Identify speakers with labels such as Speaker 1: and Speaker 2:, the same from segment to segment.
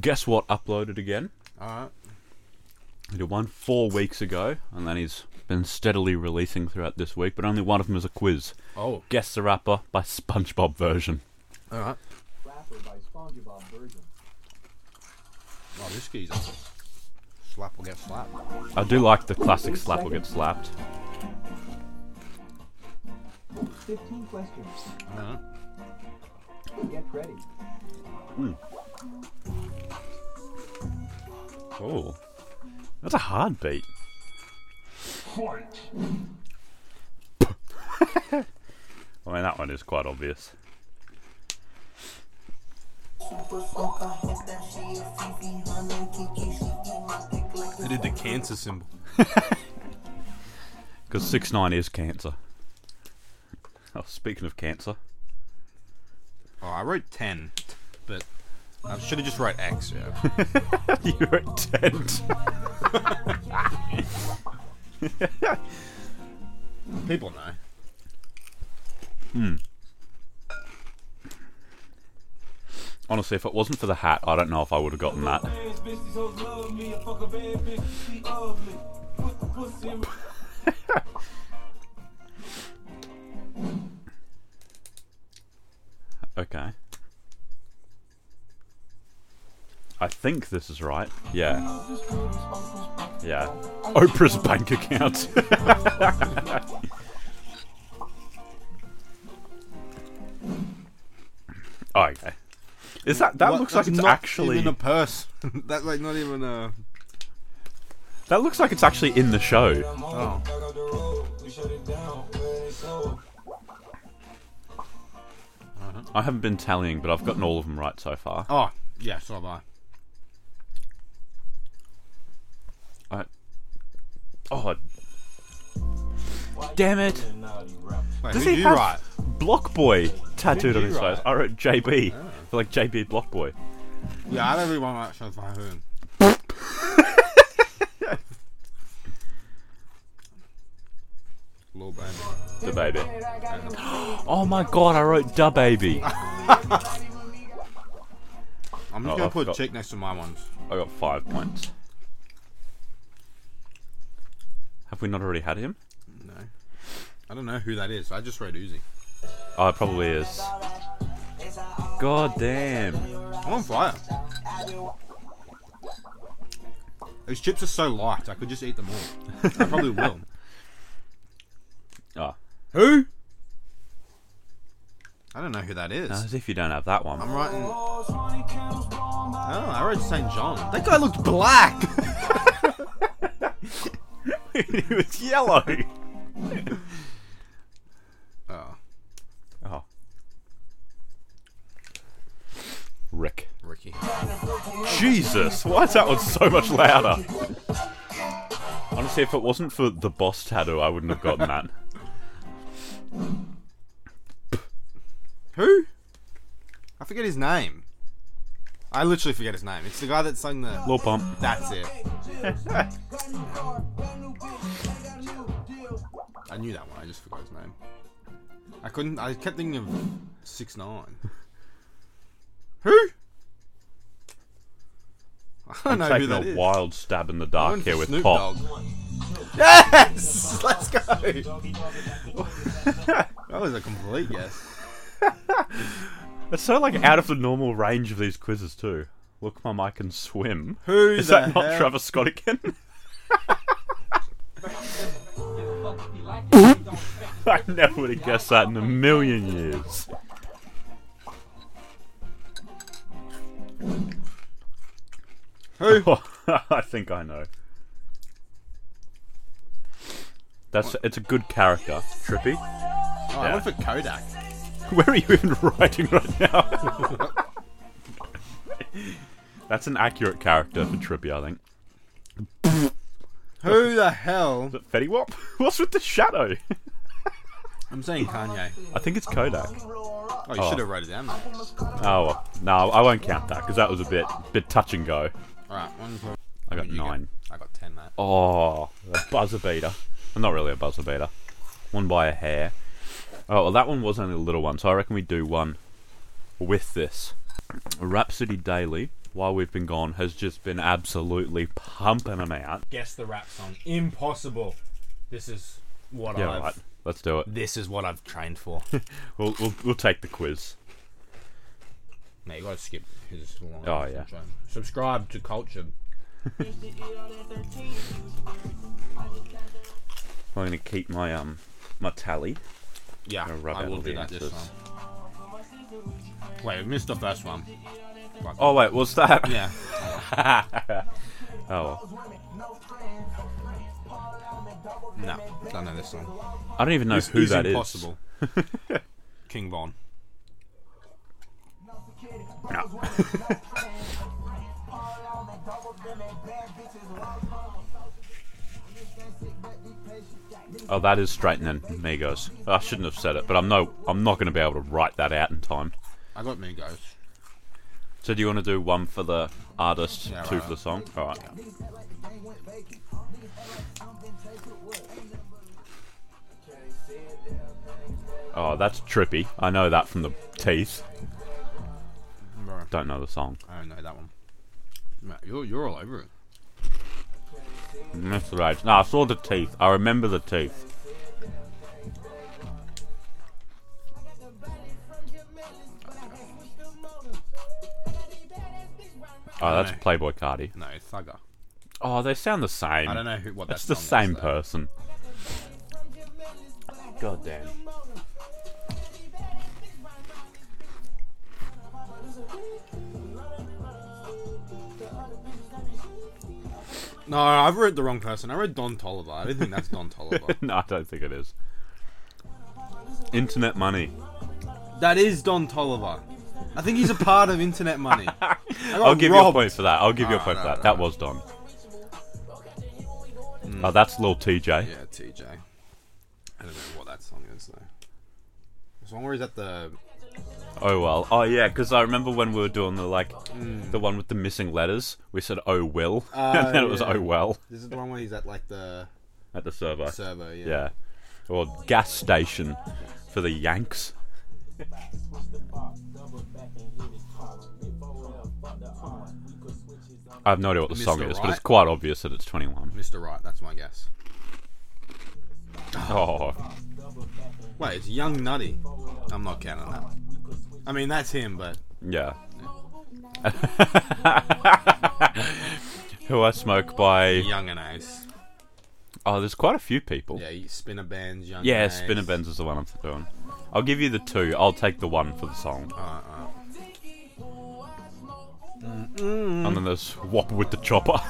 Speaker 1: guess what? Uploaded again.
Speaker 2: Alright.
Speaker 1: He did one four weeks ago, and then he's been steadily releasing throughout this week. But only one of them is a quiz.
Speaker 2: Oh.
Speaker 1: Guess the rapper by SpongeBob version.
Speaker 2: Alright.
Speaker 3: Rapper by SpongeBob Virgin.
Speaker 2: Oh, this geezer. Slap will get slapped.
Speaker 1: I do like the classic slap will get slapped.
Speaker 3: 15 questions.
Speaker 2: Uh-huh.
Speaker 3: Get ready.
Speaker 1: Oh, that's a hard beat. I mean, that one is quite obvious.
Speaker 2: They did the cancer symbol.
Speaker 1: Because six nine is cancer. Oh, speaking of cancer,
Speaker 2: Oh, I wrote 10, but I should have just wrote X, yeah.
Speaker 1: you're at ten.
Speaker 2: People know.
Speaker 1: Honestly, if it wasn't for the hat, I don't know if I would have gotten that. Okay. I think this is right. Yeah. Yeah. Oprah's bank account. oh, okay. Is that that
Speaker 2: What?
Speaker 1: looks like
Speaker 2: That's
Speaker 1: it's
Speaker 2: not
Speaker 1: actually
Speaker 2: even a purse. That's like not even a.
Speaker 1: that looks like it's actually in the show.
Speaker 2: Oh.
Speaker 1: I haven't been tallying, but I've gotten all of them right so far.
Speaker 2: Oh, yeah, so have I.
Speaker 1: I, oh, damn it!
Speaker 2: Wait,
Speaker 1: Does
Speaker 2: who'd
Speaker 1: he
Speaker 2: you
Speaker 1: have
Speaker 2: write?
Speaker 1: Block Boy tattooed
Speaker 2: Who'd
Speaker 1: on
Speaker 2: you
Speaker 1: his face?
Speaker 2: write? Oh.
Speaker 1: I wrote JB for like JB Block Boy.
Speaker 2: Yeah, I don't really want to write shows by whom. Little baby.
Speaker 1: The baby. Oh my god! I wrote Da Baby.
Speaker 2: I'm just
Speaker 1: Oh,
Speaker 2: gonna
Speaker 1: I
Speaker 2: put
Speaker 1: forgot.
Speaker 2: chick next to my ones.
Speaker 1: I got five points. Have we not already had him?
Speaker 2: No. I don't know who that is. I just read Uzi.
Speaker 1: Oh, it probably is. God damn.
Speaker 2: I'm on fire. These chips are so light, I could just eat them all. I probably will.
Speaker 1: Oh,
Speaker 2: Who? I don't know who that is.
Speaker 1: as if you don't have that one.
Speaker 2: I'm writing. Oh, I wrote St. John. That guy looked black!
Speaker 1: it was yellow.
Speaker 2: oh,
Speaker 1: Oh. Rick.
Speaker 2: Ricky.
Speaker 1: Jesus, why is that one so much louder? Honestly, if it wasn't for the boss tattoo, I wouldn't have gotten that.
Speaker 2: Who? I forget his name. I literally forget his name. It's the guy that sung the.
Speaker 1: Lil Pump.
Speaker 2: That's it. I knew that one. I just forgot his name. I couldn't. I kept thinking of six nine. Who? I don't know who
Speaker 1: Taking
Speaker 2: that
Speaker 1: a
Speaker 2: is.
Speaker 1: wild stab in the
Speaker 2: I
Speaker 1: dark
Speaker 2: went
Speaker 1: here
Speaker 2: for
Speaker 1: with
Speaker 2: Snoop
Speaker 1: Pop.
Speaker 2: Dogg. Yes, let's go. that was a complete guess.
Speaker 1: It's so like out of the normal range of these quizzes too. Look, mum, I can swim.
Speaker 2: Who
Speaker 1: is
Speaker 2: the
Speaker 1: that? Not
Speaker 2: hell-
Speaker 1: Travis Scott again? I never would have guessed that in a million years.
Speaker 2: Who?
Speaker 1: Oh,
Speaker 2: Oh,
Speaker 1: I think I know. That's it's a good character, Trippy.
Speaker 2: Oh, I went for Kodak.
Speaker 1: Where are you even writing right now? That's an accurate character for Trippy, I think.
Speaker 2: Who the hell?
Speaker 1: Is it Fetty Wap? What's with the shadow?
Speaker 2: I'm saying Kanye.
Speaker 1: I think it's Kodak.
Speaker 2: Oh, you
Speaker 1: Oh.
Speaker 2: should have wrote it down. Mate.
Speaker 1: Oh well, no, I won't count that because that was a bit bit touch and go.
Speaker 2: All right, one. for-
Speaker 1: I got
Speaker 2: you
Speaker 1: nine.
Speaker 2: I got ten, mate.
Speaker 1: Oh, a buzzer beater. Well, not really a buzzer beater. One by a hair. Oh well, that one was only a little one, so I reckon we do one with this. Rhapsody Daily while we've been gone has just been absolutely pumping them out.
Speaker 2: Guess the rap song. Impossible. This is what
Speaker 1: Yeah,
Speaker 2: I've.
Speaker 1: right. Let's do it.
Speaker 2: This is what I've trained for.
Speaker 1: We'll, we'll, we'll take the quiz.
Speaker 2: Mate, you gotta skip his line.
Speaker 1: Oh, yeah.
Speaker 2: sometime. Subscribe to Culture.
Speaker 1: I'm going to keep my um my tally.
Speaker 2: Yeah,
Speaker 1: Gonna rub
Speaker 2: I
Speaker 1: out
Speaker 2: will
Speaker 1: all
Speaker 2: do
Speaker 1: the
Speaker 2: that this
Speaker 1: answers.
Speaker 2: time. Wait, I missed the first one. Fuck.
Speaker 1: Oh wait, what's that?
Speaker 2: Yeah.
Speaker 1: Oh, well.
Speaker 2: No, don't know this song.
Speaker 1: I don't even know
Speaker 2: This
Speaker 1: who
Speaker 2: is
Speaker 1: that is.
Speaker 2: impossible. King Von.
Speaker 1: No. oh, that is straightening Migos. I shouldn't have said it, but I'm no, I'm not going to be able to write that out in time.
Speaker 2: I got Migos.
Speaker 1: So do you want to do one for the artist,
Speaker 2: Yeah,
Speaker 1: two
Speaker 2: right.
Speaker 1: for the song? All right. Oh, that's trippy. I know that from the teeth.
Speaker 2: Bro,
Speaker 1: Don't know the song.
Speaker 2: I don't know that one. Mate, you're, you're all over it.
Speaker 1: Mr. Rage. No, I saw the teeth. I remember the teeth. Oh, that's
Speaker 2: Okay.
Speaker 1: Playboy Cardi.
Speaker 2: No, Thugger.
Speaker 1: Oh, they sound the same.
Speaker 2: I don't know who what
Speaker 1: It's
Speaker 2: that's
Speaker 1: the same person. God damn.
Speaker 2: No, I've read the wrong person. I read Don Tolliver. I didn't think that's Don Tolliver.
Speaker 1: no, I don't think it is. Internet money.
Speaker 2: that is Don Tolliver. I think he's a part of Internet Money. I got
Speaker 1: I'll give you a
Speaker 2: robbed.
Speaker 1: point for that. I'll give you a
Speaker 2: Ah,
Speaker 1: point for
Speaker 2: no,
Speaker 1: that.
Speaker 2: no,
Speaker 1: that
Speaker 2: no. Hmm.
Speaker 1: was done. Oh, that's Lil TJ.
Speaker 2: Yeah, TJ. I don't know what that song is though. As long as he's at the
Speaker 1: Oh well. Oh yeah, because I remember when we were doing the like the one with the missing letters, we said oh will, and
Speaker 2: Hmm. Ah,
Speaker 1: then it was
Speaker 2: yeah.
Speaker 1: oh well
Speaker 2: this is the one where he's at like the
Speaker 1: at the server.
Speaker 2: server. Yeah.
Speaker 1: yeah, or gas station for the Yanks. I have no idea what the
Speaker 2: Mr.
Speaker 1: song is, but
Speaker 2: Right?
Speaker 1: it's quite obvious that it's 21.
Speaker 2: Mr. Right, that's my guess.
Speaker 1: Oh,
Speaker 2: Wait, it's Young Nutty. I'm not counting that. I mean, that's him, but
Speaker 1: yeah. Who I smoke by.
Speaker 2: Young and Ace.
Speaker 1: Oh, there's quite a few people.
Speaker 2: Yeah, you- Spinner Bands, Young.
Speaker 1: Yeah,
Speaker 2: and Ace.
Speaker 1: Spinner Benz is the one I'm doing. I'll give you the two. I'll take the one for the song.
Speaker 2: Alright, alright.
Speaker 1: And then there's Whopper with the Chopper.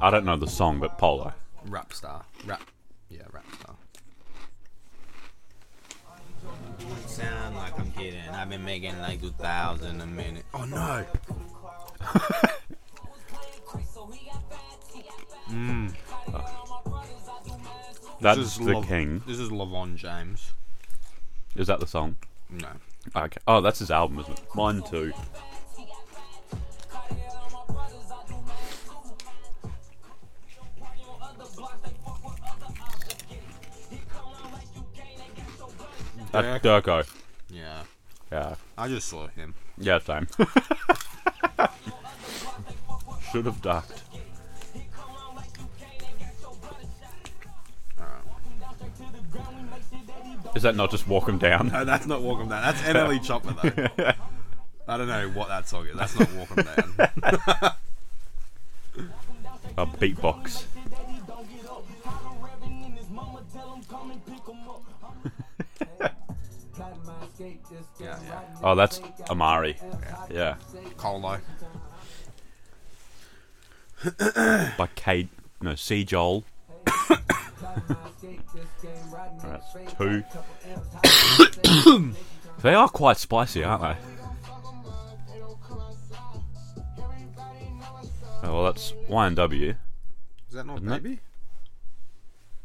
Speaker 1: I don't know the song, but Polo.
Speaker 2: Rap star. Rap. Yeah, rap star. Sound like I'm kidding. I've been making like 2,000 a minute. Oh no!
Speaker 1: That's the king.
Speaker 2: This is LaVon James.
Speaker 1: Is that the song?
Speaker 2: No.
Speaker 1: Okay. Oh, that's his album, isn't it? Mine too. That's Durko.
Speaker 2: Yeah.
Speaker 1: Yeah.
Speaker 2: I just saw him.
Speaker 1: Yeah, same. Should have ducked. Is that not just walk him down?
Speaker 2: No, that's not Walk 'em Down. That's NLE Chopper, though. I don't know what that song is. That's not Walk 'em Down.
Speaker 1: A beatbox.
Speaker 2: yeah, yeah.
Speaker 1: Oh, that's Amari. Yeah.
Speaker 2: Colo.
Speaker 1: By Cade. No, C. Joel. That's two. they are quite spicy, aren't they? Oh, well, that's Y&W.
Speaker 2: Is that not
Speaker 1: Isn't it?
Speaker 2: Baby?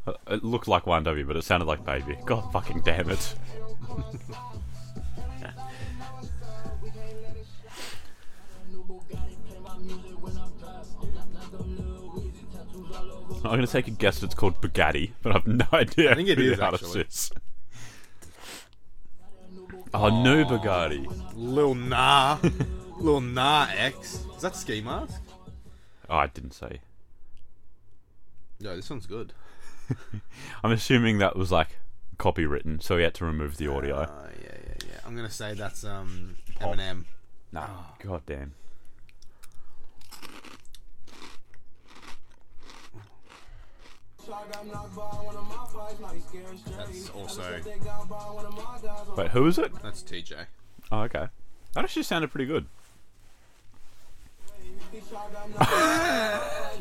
Speaker 1: Uh, It looked like YNW, but it sounded like Baby. God fucking damn it. I'm gonna take a guess. It's called Bugatti, but I've no idea.
Speaker 2: I think it
Speaker 1: who
Speaker 2: is,
Speaker 1: the artist
Speaker 2: actually.
Speaker 1: is. Oh, Oh, no Bugatti.
Speaker 2: Lil Nah. Lil Nah X. Is that Ski Mask?
Speaker 1: Oh, I didn't say.
Speaker 2: Yeah, this one's good.
Speaker 1: I'm assuming that was like copywritten, so he had to remove the audio.
Speaker 2: Uh, yeah, yeah, yeah. I'm gonna say that's um Eminem.
Speaker 1: no. God damn.
Speaker 2: That's also
Speaker 1: Wait, who is it?
Speaker 2: that's TJ.
Speaker 1: Oh, okay. That actually sounded pretty good.
Speaker 2: Is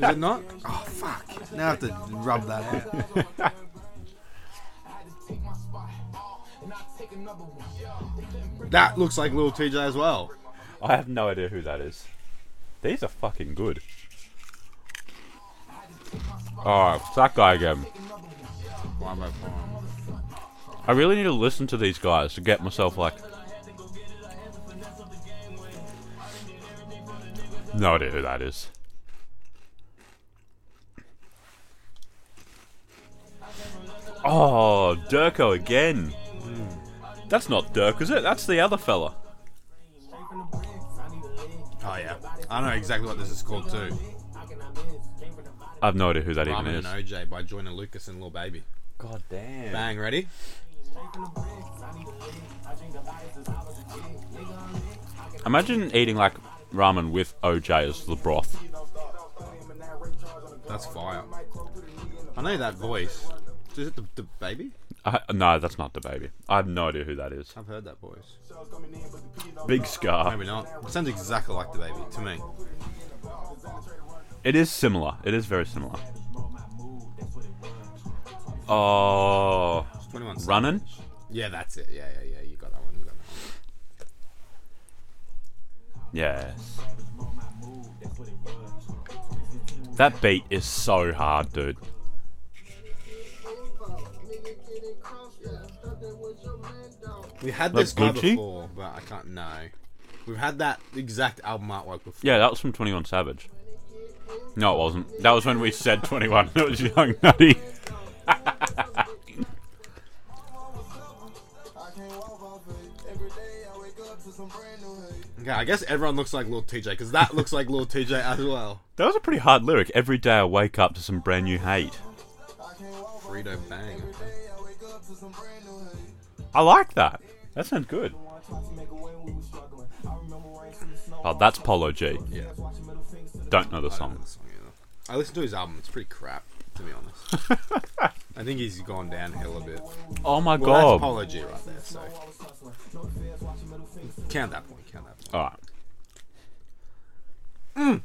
Speaker 2: it not? Oh fuck! Now I have to rub that out. That looks like little TJ as well.
Speaker 1: I have no idea who that is. These are fucking good. Oh, it's that guy again.
Speaker 2: Why am I blind?
Speaker 1: I really need to listen to these guys to get myself like. No idea who that is. Oh, Durko again. That's not Dirk, is it? That's the other fella.
Speaker 2: Oh yeah, I know exactly what this is called too.
Speaker 1: I have no idea who that even
Speaker 2: Ramen
Speaker 1: is.
Speaker 2: and OJ by joining Lucas and Lil Baby.
Speaker 1: God damn.
Speaker 2: Bang, ready?
Speaker 1: Imagine eating like ramen with OJ as the broth.
Speaker 2: That's fire. I know that voice. Is it the, the baby?
Speaker 1: I, no, that's not the baby. I have no idea who that is.
Speaker 2: I've heard that voice.
Speaker 1: Big Scar.
Speaker 2: Maybe not. It sounds exactly like the baby to me.
Speaker 1: It is similar. It is very similar. Oh,
Speaker 2: 21 Savage.
Speaker 1: running.
Speaker 2: Yeah, that's it. Yeah, yeah, yeah. You got that one. You got that one.
Speaker 1: Yes. That beat is so hard, dude.
Speaker 2: We had
Speaker 1: Like
Speaker 2: this guy
Speaker 1: Gucci?
Speaker 2: before, but I can't know. We've had that exact album artwork before.
Speaker 1: Yeah, that was from Twenty One Savage. No, it wasn't. That was when we said Twenty One. That was Young Nutty.
Speaker 2: Okay, I guess everyone looks like Little TJ because that looks like Little TJ as well.
Speaker 1: That was a pretty hard lyric. Every day I wake up to some brand new hate.
Speaker 2: Frito Bang. okay.
Speaker 1: I like that. That sounds good. Oh, that's Polo G.
Speaker 2: Yeah.
Speaker 1: Don't know the
Speaker 2: I don't know
Speaker 1: song.
Speaker 2: the song either. I listened to his album. It's pretty crap, to be honest. I think he's gone downhill a bit.
Speaker 1: Oh my
Speaker 2: Well, that's
Speaker 1: god.
Speaker 2: Polo G right there. So count that point. Count that point.
Speaker 1: Alright.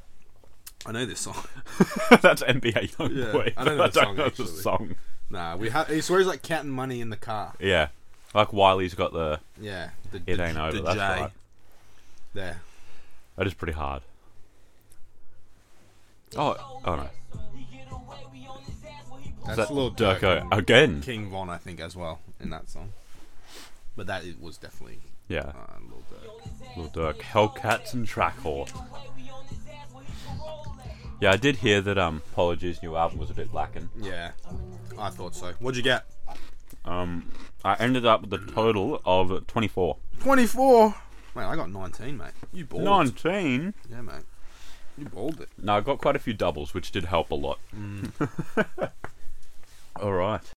Speaker 2: I know this song.
Speaker 1: that's NBA Youngboy.
Speaker 2: Yeah,
Speaker 1: Boy.
Speaker 2: I don't know the song,
Speaker 1: know the
Speaker 2: actually.
Speaker 1: song.
Speaker 2: nah, we ha- he swears like counting money in the car.
Speaker 1: Yeah. Like Wiley's got the.
Speaker 2: Yeah, the,
Speaker 1: It
Speaker 2: the-
Speaker 1: ain't over.
Speaker 2: the
Speaker 1: That's
Speaker 2: J.
Speaker 1: right.
Speaker 2: There.
Speaker 1: That is pretty hard. Oh, oh no.
Speaker 2: That's
Speaker 1: That-
Speaker 2: a little
Speaker 1: Durko
Speaker 2: Durko
Speaker 1: again.
Speaker 2: King Von, I think, as well in that song. But that it was definitely
Speaker 1: Yeah.
Speaker 2: uh, Lil Durk.
Speaker 1: Little Dirk. Hellcats and Track Horse. Yeah, I did hear that um Polo G's new album was a bit lacking.
Speaker 2: Yeah, I thought so. What'd you get?
Speaker 1: Um, I ended up with a total of 24.
Speaker 2: Twenty-four. Mate, I got nineteen, mate. You balled.
Speaker 1: 19?
Speaker 2: Yeah, mate. You balled it.
Speaker 1: No, I got quite a few doubles, which did help a lot. All right.